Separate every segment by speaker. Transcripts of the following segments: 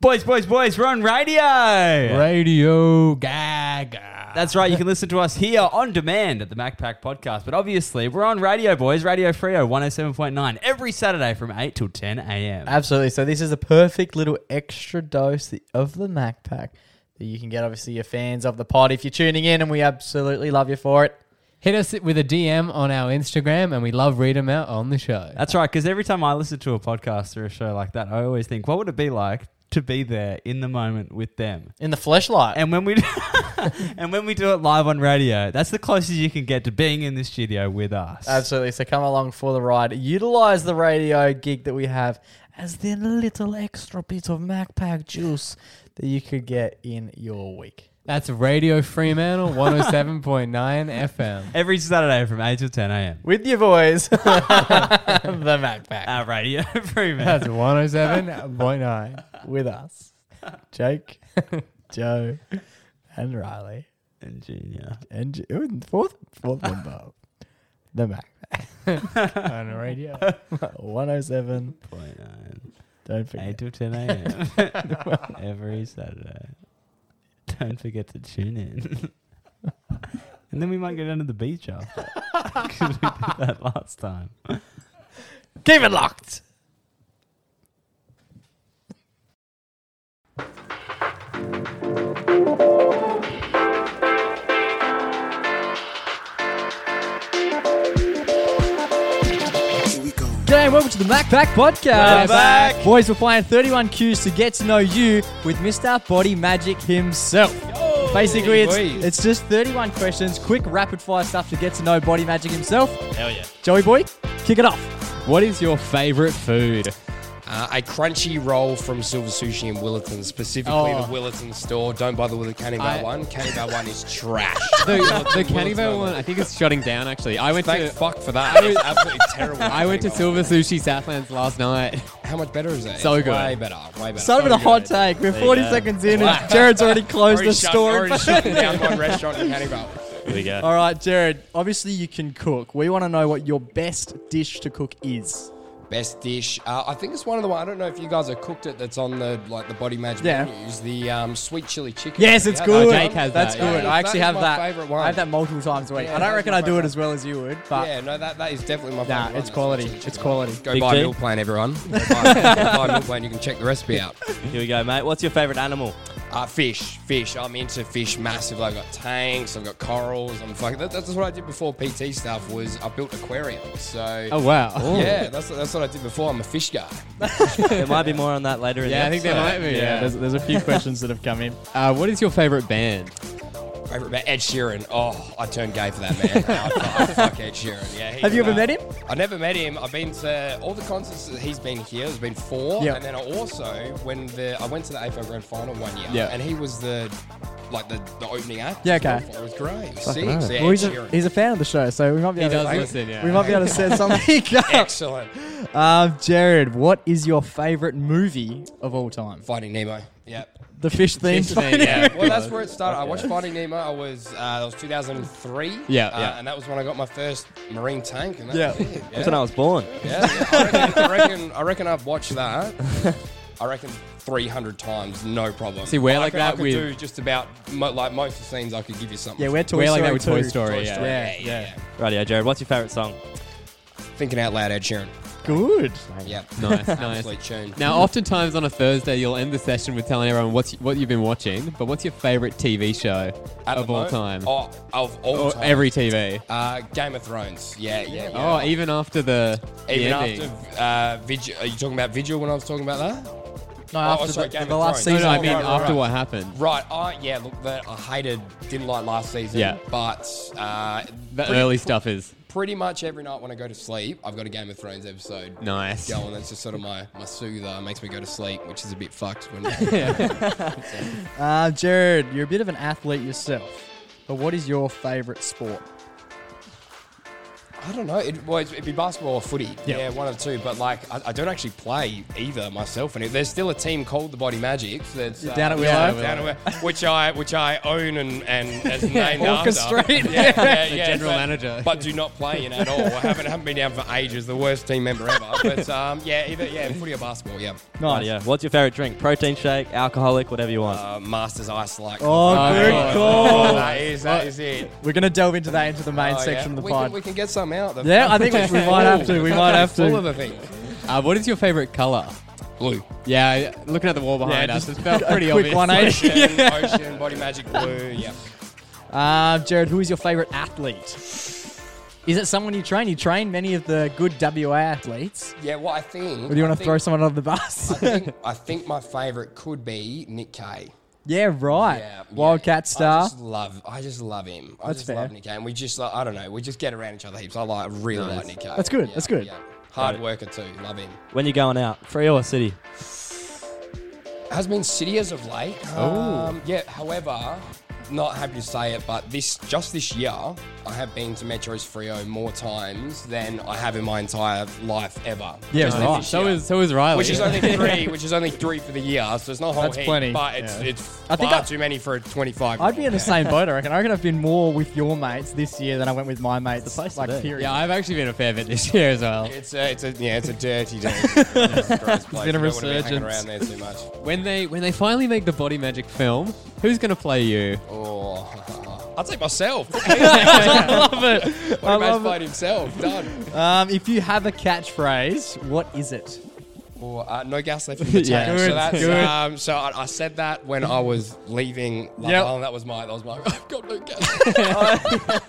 Speaker 1: Boys, boys, boys, we're on radio.
Speaker 2: Radio Gaga.
Speaker 1: That's right. You can listen to us here on demand at the MacPack Podcast. But obviously, we're on radio, boys. Radio Frio 107.9 every Saturday from 8 till 10 a.m.
Speaker 2: Absolutely. So this is a perfect little extra dose the- of the Mac Pack that you can get. Obviously, your fans of the pod, if you're tuning in, and we absolutely love you for it.
Speaker 3: Hit us with a DM on our Instagram, and we love read them out on the show.
Speaker 1: That's right. Because every time I listen to a podcast or a show like that, I always think, what would it be like to be there in the moment with them?
Speaker 2: In the fleshlight.
Speaker 1: And when we and when we do it live on radio, that's the closest you can get to being in the studio with us.
Speaker 2: Absolutely. So come along for the ride. Utilize the radio gig that we have as the little extra bit of Mac Pack juice that you could get in your week.
Speaker 3: That's Radio Fremantle 107.9 FM.
Speaker 1: Every Saturday from 8 till 10 a.m.
Speaker 2: With your boys, the Mac Pack.
Speaker 1: Our radio Fremantle.
Speaker 3: That's 107.9.
Speaker 2: with us Jake, Joe, and Riley.
Speaker 1: And Junior.
Speaker 2: And Ju- ooh, and fourth, fourth member, the Mac.
Speaker 3: on the radio.
Speaker 2: 107.
Speaker 1: Point nine.
Speaker 2: Don't forget.
Speaker 1: 8 till 10 a.m. every Saturday. Don't forget to tune in. and then we might go down to the beach after. Because we did that last time.
Speaker 2: Keep it locked. G'day and welcome to the Mac Pack Podcast.
Speaker 1: Welcome back.
Speaker 2: Boys, we're playing 31 Qs to get to know you with Mr. Body Magic himself. Basically, it's,
Speaker 3: boys.
Speaker 2: it's just 31 questions, quick rapid fire stuff to get to know Body Magic himself. Joey boy, kick it off.
Speaker 3: What is your favorite food?
Speaker 4: Uh, a crunchy roll from Silver Sushi in Willerton, specifically
Speaker 2: Oh.
Speaker 4: the Willerton store. Don't bother with the Canning
Speaker 3: I-
Speaker 4: Bar one. Canning Bar one is trash.
Speaker 5: The,
Speaker 3: uh,
Speaker 5: the
Speaker 4: Wilson,
Speaker 5: Cannibal
Speaker 4: Wilson.
Speaker 5: one, I think it's shutting down actually. I went
Speaker 4: Thank
Speaker 5: to
Speaker 4: fuck for that. It's absolutely terrible.
Speaker 5: I went to
Speaker 4: Canning
Speaker 5: Silver Sushi Southlands last night.
Speaker 4: Bar. How much better is that?
Speaker 5: So
Speaker 4: It's
Speaker 5: good.
Speaker 4: Way better. Way better.
Speaker 2: Start with a hot take. We're 40
Speaker 5: go.
Speaker 2: seconds in, and Jared's already closed
Speaker 4: Already
Speaker 2: the
Speaker 4: shut-
Speaker 2: store.
Speaker 4: already shut down my restaurant in Canning Bar.
Speaker 5: There we go.
Speaker 2: All right, Jared. Obviously, you can cook. We want to know what your best dish to cook is.
Speaker 4: Best dish. Uh, I think it's one of the one. I don't know if you guys have cooked it. That's on the like the body magic
Speaker 2: Yeah.
Speaker 4: menus. The um, sweet chili chicken.
Speaker 2: Yes, it's
Speaker 4: Yeah,
Speaker 2: good.
Speaker 5: Jake has
Speaker 2: That's
Speaker 5: that, yeah.
Speaker 2: good.
Speaker 4: Yeah,
Speaker 2: I
Speaker 4: that
Speaker 2: actually
Speaker 4: is
Speaker 2: have
Speaker 4: my
Speaker 2: that.
Speaker 4: favourite one.
Speaker 2: I have that multiple times a week.
Speaker 4: Yeah,
Speaker 2: I
Speaker 4: that's
Speaker 2: don't reckon
Speaker 4: my
Speaker 2: I do it
Speaker 4: favourite.
Speaker 2: as well as you would, but
Speaker 4: Yeah, no, that, that is definitely my
Speaker 2: Nah,
Speaker 4: favourite one.
Speaker 2: it's
Speaker 4: That's
Speaker 2: quality.
Speaker 4: sweet chili
Speaker 2: It's
Speaker 4: chicken.
Speaker 2: quality.
Speaker 4: Go
Speaker 6: Big
Speaker 4: buy
Speaker 6: D.
Speaker 4: Meal Plan, everyone. Go buy, go buy Meal Plan. You can check the recipe out.
Speaker 6: Here we go, mate. What's your favourite animal?
Speaker 4: Uh, fish, fish. I'm into fish massively. I've got tanks, I've got corals. I'm fucking. That, that's what I did before PT stuff was I built aquariums. So
Speaker 3: Oh, wow.
Speaker 4: yeah, that's that's what I did before. I'm a fish guy.
Speaker 6: There might be more on that later in
Speaker 3: Yeah, I
Speaker 6: the
Speaker 3: think there
Speaker 6: episode.
Speaker 3: might be.
Speaker 2: yeah,
Speaker 3: Yeah.
Speaker 2: there's, there's a few questions that have come in.
Speaker 3: Uh, what is your favorite band?
Speaker 4: Favorite man, Ed Sheeran. Oh, I turned gay for that man. I, I fuck Ed Sheeran. Yeah. he-
Speaker 2: Have you ever
Speaker 4: uh,
Speaker 2: met him?
Speaker 4: I never met him. I've been to all the concerts that he's been here. There's been four,
Speaker 2: Yeah.
Speaker 4: and then I also when the I went to the AFL Grand Final one year,
Speaker 3: Yeah.
Speaker 4: and he was the like the, the opening act.
Speaker 2: Yeah, okay.
Speaker 4: It was great. It
Speaker 2: Fucking
Speaker 4: was sick.
Speaker 2: hell.
Speaker 4: So, yeah,
Speaker 2: Well, he's,
Speaker 4: Ed
Speaker 2: a,
Speaker 4: Sheeran.
Speaker 2: he's a fan of the show, so we might be
Speaker 3: He
Speaker 2: able
Speaker 3: does
Speaker 2: to,
Speaker 3: listen, yeah.
Speaker 2: we might be able to set something up.
Speaker 4: Excellent.
Speaker 2: Um, Jared, what is your favorite movie of all time?
Speaker 4: Finding Nemo. Yeah.
Speaker 2: The fish theme.
Speaker 3: Fish theme, yeah.
Speaker 4: Well, that's where it started. I watched Finding Nemo. I was uh, that was 2003.
Speaker 3: Yeah,
Speaker 4: uh,
Speaker 3: yeah.
Speaker 4: And that was when I got my first marine tank. And that
Speaker 2: Yeah.
Speaker 4: was it. yeah.
Speaker 6: That's when I was born.
Speaker 4: Yeah, yeah. I, reckon, I reckon. I reckon I've watched that. I reckon 300 times, no problem.
Speaker 3: See, we're
Speaker 4: I
Speaker 3: like
Speaker 4: could, I
Speaker 3: that
Speaker 4: could
Speaker 3: with-
Speaker 4: do just about mo- like most of the scenes. I could give you something.
Speaker 2: Yeah,
Speaker 4: from.
Speaker 2: we're Toy
Speaker 3: We're like
Speaker 2: Story
Speaker 3: that with Toy
Speaker 2: 2.
Speaker 3: Story.
Speaker 4: Toy
Speaker 3: yeah.
Speaker 4: Story.
Speaker 2: yeah,
Speaker 4: yeah,
Speaker 6: Radio, Jared. What's your favourite song?
Speaker 4: yeah. Thinking out loud, Ed Sheeran.
Speaker 2: Good.
Speaker 4: Yeah,
Speaker 3: Nice, nice.
Speaker 4: absolute tune.
Speaker 3: Now, oftentimes on a Thursday, you'll end the session with telling everyone what's, what you've been watching, but what's your favorite TV show
Speaker 4: At the
Speaker 3: of all
Speaker 4: mo-
Speaker 3: time?
Speaker 4: Oh, of all
Speaker 3: or
Speaker 4: time.
Speaker 3: every TV?
Speaker 4: Uh, Game of Thrones. Yeah, yeah. yeah.
Speaker 3: Oh, even after the, the
Speaker 4: Even
Speaker 3: ending.
Speaker 4: after uh, Vigil, are you talking about Vigil when I was talking about that?
Speaker 2: No,
Speaker 4: Oh,
Speaker 2: after
Speaker 4: sorry,
Speaker 2: the,
Speaker 4: Game
Speaker 2: the
Speaker 4: of
Speaker 2: last
Speaker 4: Thrones.
Speaker 3: No, no,
Speaker 2: season.
Speaker 3: I
Speaker 4: Oh,
Speaker 3: mean
Speaker 4: right, right,
Speaker 3: after
Speaker 4: right.
Speaker 3: what happened.
Speaker 4: Right. I yeah. Look, that I hated, didn't like last season.
Speaker 3: Yeah.
Speaker 4: But uh,
Speaker 3: The
Speaker 4: pretty-
Speaker 3: early stuff is
Speaker 4: Pretty much every night when I go to sleep, I've got a Game of Thrones episode
Speaker 3: nice.
Speaker 4: going. That's just sort of my my soother. It makes me go to sleep, which is a bit fucked. When
Speaker 2: Uh, Jared, you're a bit of an athlete yourself, but what is your favourite sport?
Speaker 4: I don't know. It, well, it'd be basketball or footy.
Speaker 5: Yeah.
Speaker 4: Yeah, one of the two. But like, I, I don't actually play either myself. And it- there's still a team called the Body Magic. That's uh,
Speaker 2: Down at Willow?
Speaker 4: yeah, down at Willow, which I which I own and and as named after.
Speaker 2: Orchestrate.
Speaker 4: Yeah, yeah, yeah,
Speaker 5: general
Speaker 4: but-
Speaker 5: manager.
Speaker 4: but do not play in at all. I haven't haven't been down for ages. The worst team member ever. But um, yeah, either yeah, footy or basketball. Yeah,
Speaker 6: Nice. yeah. What's your favorite drink? Protein shake, alcoholic, whatever you want.
Speaker 4: uh, Masters Ice like.
Speaker 2: Oh, good call.
Speaker 4: that is that is it.
Speaker 2: We're gonna delve into that into the main
Speaker 4: Oh, yeah.
Speaker 2: section of the
Speaker 4: we
Speaker 2: pod.
Speaker 4: Can, we can get some out. The-
Speaker 2: yeah, I think we, we might have to. We might have
Speaker 4: Full of
Speaker 2: to.
Speaker 4: the thing.
Speaker 5: Uh, what is your favorite color?
Speaker 4: Blue.
Speaker 5: Yeah, looking at the wall behind
Speaker 4: Yeah,
Speaker 5: us, it
Speaker 4: just
Speaker 5: felt pretty obvious.
Speaker 2: Quick one eight.
Speaker 4: Ocean, ocean, body magic, blue. Yeah.
Speaker 2: Um, Jared, who is your favorite athlete? Is it someone you train? You train many of the good WA athletes.
Speaker 4: Yeah, well, I think.
Speaker 2: Or do you
Speaker 4: I
Speaker 2: want to
Speaker 4: think-
Speaker 2: throw someone under the bus?
Speaker 4: I think, I think my favourite could be Nick Kay.
Speaker 2: yeah, right.
Speaker 4: Yeah,
Speaker 2: Wildcat
Speaker 4: I
Speaker 2: star.
Speaker 4: just love, I just love him. I
Speaker 2: That's
Speaker 4: just
Speaker 2: fair.
Speaker 4: love Nick Kay. And we just, like, I don't know, we just get around each other heaps. I like, really like Nick Kay.
Speaker 2: That's good,
Speaker 4: Yeah,
Speaker 2: that's good.
Speaker 4: yeah. Hard worker too. Love him.
Speaker 6: When you going out, free or city?
Speaker 4: Has been city as of late.
Speaker 2: Oh.
Speaker 4: Um, yeah. However, not happy to say it, but this just this year, I have been to Metro's Frio more times than I have in my entire life ever.
Speaker 2: Yeah,
Speaker 4: Just
Speaker 2: right.
Speaker 4: this
Speaker 5: So
Speaker 4: year.
Speaker 5: is so is Riley.
Speaker 4: Which is only three, which is only three for the year, so it's not a whole
Speaker 2: That's
Speaker 4: heap,
Speaker 2: plenty,
Speaker 4: But it's
Speaker 2: yeah.
Speaker 4: it's
Speaker 2: I
Speaker 4: I
Speaker 2: think
Speaker 4: far
Speaker 2: I-
Speaker 4: too many for a twenty-five.
Speaker 2: I'd be in the same boat, I reckon. I reckon I've been more with your mates this year than I went with my mates.
Speaker 6: place to
Speaker 2: like,
Speaker 6: be.
Speaker 2: period.
Speaker 5: yeah, I've actually been a fair bit this year as well.
Speaker 4: It's a, it's a yeah, it's a dirty day. it's
Speaker 2: been a
Speaker 4: Hanging
Speaker 2: resurgence.
Speaker 4: around there too much.
Speaker 5: When they when they finally make the Body Magic film, who's gonna play you?
Speaker 4: Oh, I'll take myself.
Speaker 2: love it.
Speaker 4: What I love played himself. Done.
Speaker 2: Um, if you have a catchphrase, what is it?
Speaker 4: Or, uh, no gas left in the tank.
Speaker 5: Yeah. Good,
Speaker 4: so that's,
Speaker 5: good.
Speaker 4: Um, so I, I said that when I was leaving Love
Speaker 2: Yep.
Speaker 4: Island. That was my. That was my. I've got no gas.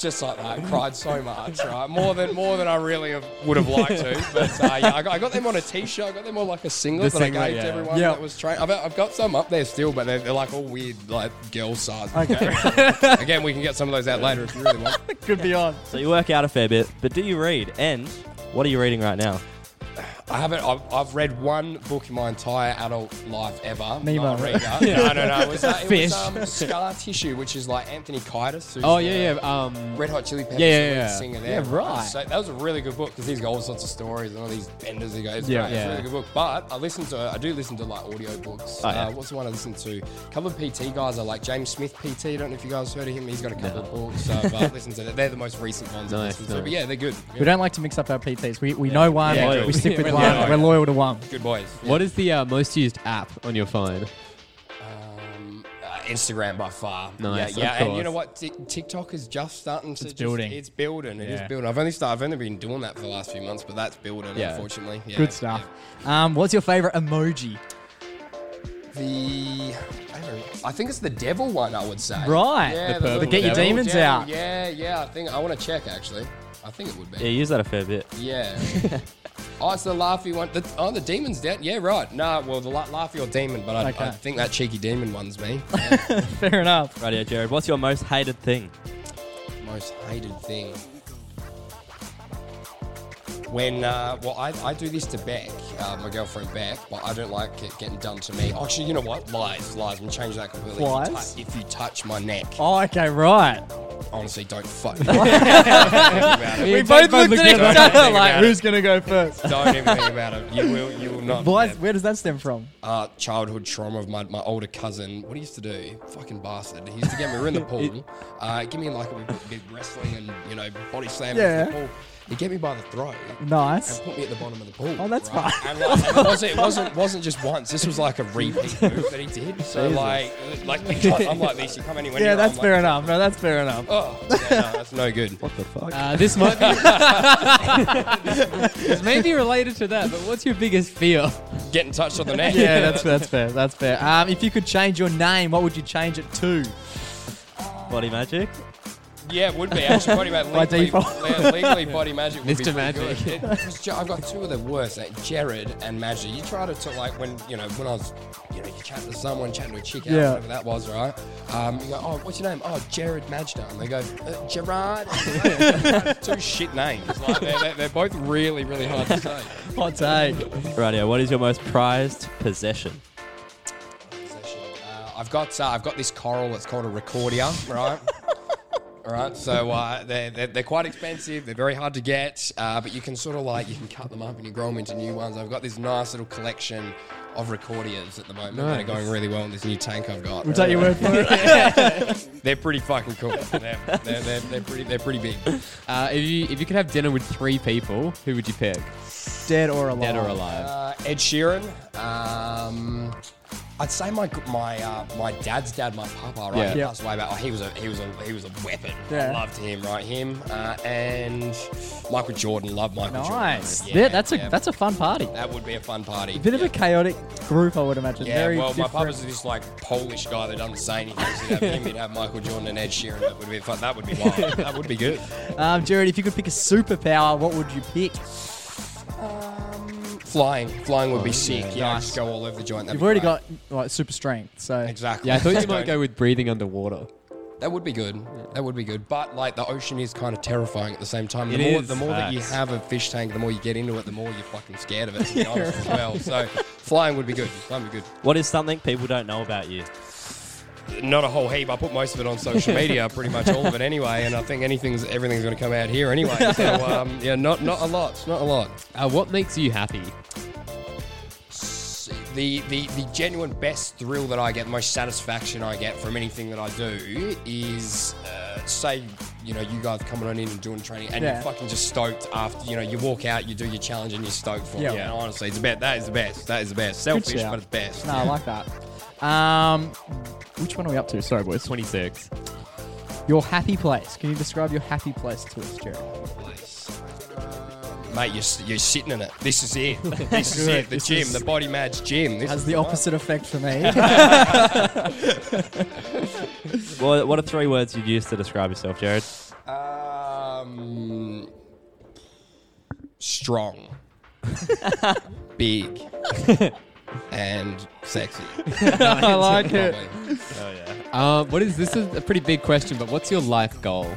Speaker 4: Just like that, cried so much, right? More than more than I really have, would have liked to. But uh, yeah, I got, I got them on a t-shirt. I got them on like a singlet
Speaker 5: The
Speaker 4: that
Speaker 5: singlet,
Speaker 4: I gave
Speaker 5: yeah.
Speaker 4: to everyone
Speaker 2: Yep.
Speaker 4: that was trained. I've, I've got some up there still, but they're, they're like all weird, like girl size.
Speaker 2: Okay.
Speaker 4: Again, we can get some of those out later if you really want.
Speaker 2: Could be on.
Speaker 6: So you work out a fair bit, but do you read? And what are you reading right now?
Speaker 4: I haven't. I've, I've read one book in my entire adult life ever.
Speaker 2: Nemo.
Speaker 4: Not a reader. No, no, no. It was, uh, it
Speaker 5: Fish.
Speaker 4: was um, Scar Tissue, which is like Anthony Kiedis. who's
Speaker 5: Oh
Speaker 4: the
Speaker 5: yeah, yeah. Um,
Speaker 4: Red Hot Chili Peppers
Speaker 5: Yeah, yeah,
Speaker 4: the lead
Speaker 5: yeah.
Speaker 4: singer there.
Speaker 2: Yeah, right.
Speaker 4: So that was a really good book because he's got all sorts of stories and all these benders. He goes,
Speaker 2: Yeah.
Speaker 4: yeah, It's
Speaker 5: Yeah.
Speaker 4: a really good book. But I listen to, I do listen to like audio books.
Speaker 6: yeah.
Speaker 4: uh, what's the one I listen to? A couple of PT guys are like James Smith PT. I don't know if you guys heard of him. He's got a couple of books. So I've uh, listened to that. They're the most recent ones I
Speaker 5: Nice,
Speaker 4: listened to. But
Speaker 5: nice.
Speaker 4: yeah, they're good.
Speaker 2: We don't like to mix up our PTs. We, we know one,
Speaker 4: Yeah,
Speaker 2: we
Speaker 4: good.
Speaker 2: stick with
Speaker 5: We're
Speaker 2: one,
Speaker 5: loyal.
Speaker 2: we're loyal to one.
Speaker 4: Good boys. Yeah.
Speaker 5: What is the uh, most used app on your phone?
Speaker 4: Um, uh, Instagram by far.
Speaker 5: Nice,
Speaker 4: yeah, yeah.
Speaker 5: of
Speaker 4: And you
Speaker 5: course.
Speaker 4: know what? Tik- TikTok is just starting to. It's
Speaker 2: building.
Speaker 4: It's building. It is
Speaker 2: Yeah.
Speaker 4: building. I've only started. I've only been doing that for the last few months, but that's building.
Speaker 5: Yeah.
Speaker 4: Unfortunately. Yeah,
Speaker 2: Good stuff. Um, what's your favorite emoji?
Speaker 4: yeah. The. I don't know. I think it's the devil one. I would say.
Speaker 2: Right.
Speaker 5: The
Speaker 4: Yeah, the
Speaker 5: purple
Speaker 4: little
Speaker 5: Get your
Speaker 4: devil.
Speaker 2: demons
Speaker 4: Devil,
Speaker 2: out.
Speaker 4: Yeah, yeah. I think I want to check actually. I think it would
Speaker 6: Yeah,
Speaker 4: be.
Speaker 6: you use that a fair bit.
Speaker 4: Yeah. Oh, it's the laughy one. The, oh, the demon's dead. Yeah, right. Nah, well, the la- laughy or demon, but I,
Speaker 2: Okay.
Speaker 4: I think that cheeky demon one's me.
Speaker 2: Fair enough.
Speaker 6: Rightio, Jared. What's your most hated thing?
Speaker 4: Most hated thing. When, uh, well, I, I do this to Beck, uh, my girlfriend Beck, but I don't like it getting done to me. Actually, you know what? Lies, lies. We'll change that completely. If you tou-
Speaker 2: Lies?
Speaker 4: If you, touch my neck,
Speaker 2: Oh, okay, right.
Speaker 4: honestly, don't fuck. Don't even think about it.
Speaker 2: We
Speaker 5: Yeah,
Speaker 2: both looked at each
Speaker 4: at it.
Speaker 2: other
Speaker 4: Think
Speaker 2: like,
Speaker 4: about it.
Speaker 2: who's going to go first?
Speaker 4: Don't even think about it. You will, you will not.
Speaker 2: Why,
Speaker 4: Yeah.
Speaker 2: where does that stem from?
Speaker 4: uh, childhood trauma of my, my older cousin. What he used to do, fucking bastard. He used to get me. We were in the pool. Uh, give me like a bit of wrestling and you know body slamming
Speaker 2: Yeah.
Speaker 4: the pool. He get me by the throat.
Speaker 2: Nice.
Speaker 4: And put me at the bottom of the pool.
Speaker 2: Oh, that's
Speaker 4: fine. And, like, and it, wasn't, it wasn't wasn't just once. This was like a repeat move that he did. So like like I'm like this. You come anywhere.
Speaker 2: Yeah,
Speaker 4: near,
Speaker 2: that's
Speaker 4: I'm
Speaker 2: fair
Speaker 4: like,
Speaker 2: enough. No, that's fair enough.
Speaker 4: Oh, yeah, no, that's no good.
Speaker 6: What the fuck?
Speaker 5: Uh, this might be this may be related to that, but what's your biggest fear?
Speaker 4: Getting touched on the neck.
Speaker 2: Yeah, that's that's fair. That's fair. Um, if you could change your name, what would you change it to?
Speaker 6: Body magic?
Speaker 4: Yeah, it would be actually body magic.
Speaker 2: By
Speaker 4: legally,
Speaker 2: default.
Speaker 4: le- legally, body magic. Would
Speaker 5: Mr.
Speaker 4: Be pretty
Speaker 5: Magic.
Speaker 4: good. It- 'cause Jer- I've got two of the worst, like Jared and Magic. You try to talk like when you know when I was, you know, you chat to someone, chat to a chick, out,
Speaker 2: Yeah.
Speaker 4: whatever that was, right? Um, you go, oh, what's your name? Oh, Jared Majda. And they go, uh, Gerard. two shit names. Like, they're, they're, they're both really, really hard to say.
Speaker 2: Hot take.
Speaker 6: Rightio, what is your most prized possession?
Speaker 4: possession. Uh, I've got uh, I've got this coral. It's called a recordia, right? All right, so uh, they're, they're, they're quite expensive. They're very hard to get, uh, but you can sort of like you can cut them up and you grow them into new ones. I've got this nice little collection of recordias at the moment. They're going really well in this new tank I've got.
Speaker 2: Take your word for it.
Speaker 4: They're pretty fucking cool. They're, they're, they're, they're pretty they're pretty big.
Speaker 3: Uh, if you if you could have dinner with three people, who would you pick?
Speaker 2: Dead or alive.
Speaker 3: Dead
Speaker 6: Oh.
Speaker 3: or alive?
Speaker 4: Uh, Ed Sheeran. Um, I'd say my my uh, my dad's dad, my papa, right?
Speaker 3: Yeah.
Speaker 4: He
Speaker 2: Yeah.
Speaker 4: passed away about. Oh, he was a he was a he was a weapon.
Speaker 2: Yeah.
Speaker 4: I loved him, right? Him uh, and Michael Jordan. Love Michael Jordan.
Speaker 2: Nice.
Speaker 4: Yeah,
Speaker 2: Yeah, that's a
Speaker 4: yeah.
Speaker 2: that's a fun party.
Speaker 4: that would be a fun party.
Speaker 2: Bit of
Speaker 4: Yeah.
Speaker 2: a chaotic group, I would imagine.
Speaker 4: Yeah,
Speaker 2: Very
Speaker 4: well,
Speaker 2: different.
Speaker 4: my papa's this like Polish guy that doesn't say anything. So you'd have him, you'd have Michael Jordan and Ed Sheeran. That would be fun. That would be wild. that would be good.
Speaker 2: Um, Jared, if you could pick a superpower, what would you pick?
Speaker 4: Flying, flying would be sick. Yeah,
Speaker 2: Oh, nice.
Speaker 4: just go all over the joint. That'd
Speaker 2: You've
Speaker 4: be
Speaker 2: already
Speaker 4: great.
Speaker 2: got like super strength, so
Speaker 4: exactly.
Speaker 3: Yeah, I thought you
Speaker 4: Just
Speaker 3: might
Speaker 4: don't-
Speaker 3: go with breathing underwater.
Speaker 4: That would be good. That would be good. But like the ocean is kind of terrifying at the same time. The
Speaker 3: It
Speaker 4: more
Speaker 3: is.
Speaker 4: the more that you
Speaker 6: Facts.
Speaker 4: have a fish tank, the more you get into it, the more you're fucking scared of it. To be honest, as well. So flying would be good. Flying would be
Speaker 6: What is something people don't know about you?
Speaker 4: good. Not a whole heap. I put most of it on social media, pretty much all of it anyway. And I think anything's everything's going to come out here anyway. So um, yeah, not not a lot. Not a lot.
Speaker 3: Uh, what makes you happy?
Speaker 4: the, the, the genuine best thrill that I get, the most satisfaction I get from anything that I do is, uh, say, you know, you guys coming on in and doing training, and
Speaker 2: Yeah.
Speaker 4: you're fucking just stoked after, you know, you walk out, you do your challenge, and you're stoked for
Speaker 2: Yeah.
Speaker 4: it. And honestly, it's about that is the best. That is the best. Selfish,
Speaker 2: shout.
Speaker 4: but it's best.
Speaker 2: no, I like that. Um, which one are we up to? Sorry, boys.
Speaker 3: 26.
Speaker 2: Your happy place. Can you describe your happy place to us, Jared?
Speaker 4: Mate, you're, s- you're sitting in it. This is it. This is it. The
Speaker 2: This
Speaker 4: gym,
Speaker 2: is-
Speaker 4: the body match gym. This
Speaker 2: Has
Speaker 4: is
Speaker 2: the opposite effect for me.
Speaker 6: What, what are three words you'd use to describe yourself, Jared?
Speaker 4: Um, strong, big, and sexy.
Speaker 2: I like it.
Speaker 4: Probably.
Speaker 3: Uh, what is this? Is a pretty big question, but what's your life goal?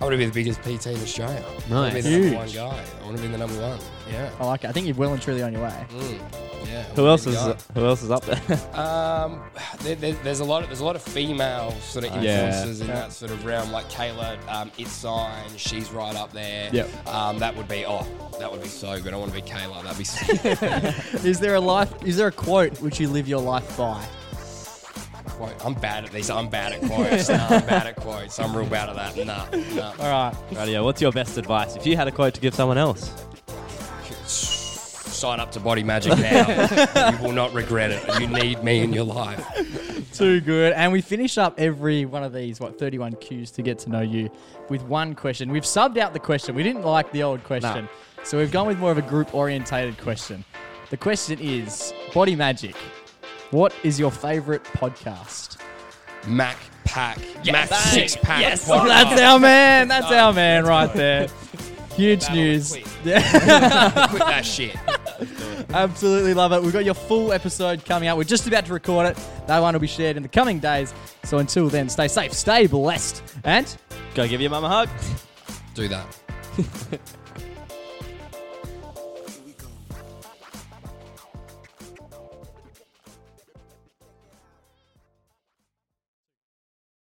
Speaker 4: I want to be the biggest PT in Australia. I want to be
Speaker 3: Nice.
Speaker 4: the number one guy. I want to be the number one. Yeah.
Speaker 2: I like it. I think you're well and truly on your way.
Speaker 4: Yeah.
Speaker 6: Who else is
Speaker 4: Guy.
Speaker 6: Who else is up there?
Speaker 4: Um, there, there, there's a lot of there's a lot of female sort of
Speaker 3: Yeah.
Speaker 4: influences in that sort of realm, like Kayla, um, it's sign, she's right up there.
Speaker 3: Yep.
Speaker 4: Um, that would be oh, that would be so good. I want to be Kayla. That'd be sick.
Speaker 2: Is there a life? Is there a quote which you live your life by?
Speaker 4: quote. I'm bad at these. I'm bad at quotes. Nah, I'm bad at quotes. I'm real bad at that. Nah, nah.
Speaker 2: All right.
Speaker 6: Radio. What's your best advice if you had a quote to give someone else?
Speaker 4: Sign up to Body Magic now. you will not regret it. You need me in your life.
Speaker 2: Too good. And we finish up every one of these, what, 31 cues to get to know you with one question. We've subbed out the question. We didn't like the old question. So we've gone with more of a group orientated question. The question is Body Magic. What is your favorite podcast?
Speaker 4: Mac Pack. Mac Six Pack. Yes,
Speaker 2: That's our man. That's our man right there. Huge news.
Speaker 4: quick.
Speaker 2: Yeah.
Speaker 4: Quit that shit.
Speaker 2: Absolutely love it. We've got your full episode coming out. We're just about to record it. That one will be shared in the coming days. So until then, stay safe, stay blessed, and
Speaker 6: Go give your mum a hug.
Speaker 4: Do that.